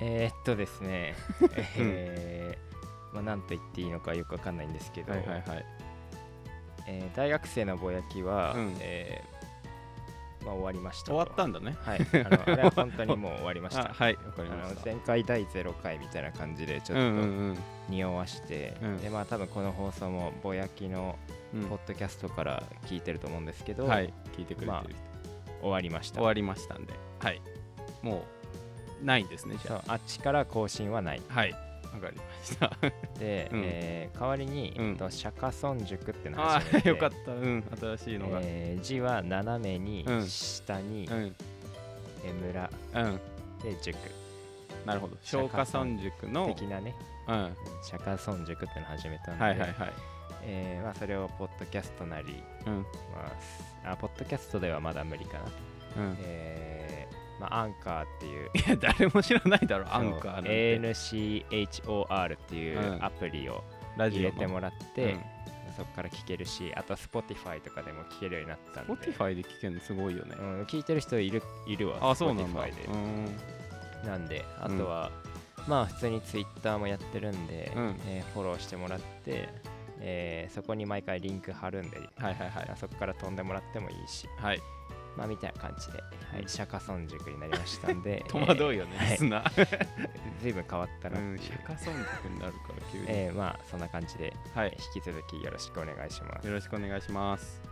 えー、っとです ね、えーまあ、なんと言っていいのかよくわかんないんですけど、はいはいはいえー大学生のぼやきは、うんえーまあ、終わりました終とわったんだねはい、あのあれは本当にもう終わりました あはいわかりまあしのた前回第0回みたいな感じでちょうっんうとん匂わして、うんでまあ多分この放送もぼやきのうんポッドキャストから聞いてると思うんですけど、はい聞いてくれてまある人終わりました終わりましたんではいもうないんですねじそゃうあっちから更新はないあはいわかりましたで、うんえー代わりに、うんえっと釈迦尊塾っていうのをあ始めあてよかったうん新しいのがうんえー字は斜めに、うん下に、うんえー村で塾なるほど釈迦消化三塾の的なねうんはい釈迦尊塾っていうのを始めたんで、はいはいえーまあ、それをポッドキャストなり、うんまあすあ、ポッドキャストではまだ無理かな、うんえーまあ、アンカーっていういや誰も知らないだろアンカーなんて ANCHOR っていううんアプリをラ入ジオれのてもらって、そこから聞けるしあと Spotify とかでも聞けるようになったんで Spotify で聞けるのすごいよねうん、聞いてる人いるいるわあそうなんだ Spotify でう、んなんであとは、まあ普通に Twitter もやってるんで、うんえーフォローしてもらって、えーそこに毎回リンク貼るんで、はいはいはいあそこから飛んでもらってもいいしはいまあみたいな感じで、はうい、ん釈迦尊塾になりましたん で戸惑うよ、よはねい砂えーずいぶん変わったなっていう、うん、釈迦尊塾になるから急に。えーまあそんな感じではい、引き続きよろしくお願いしますよろしくお願いします。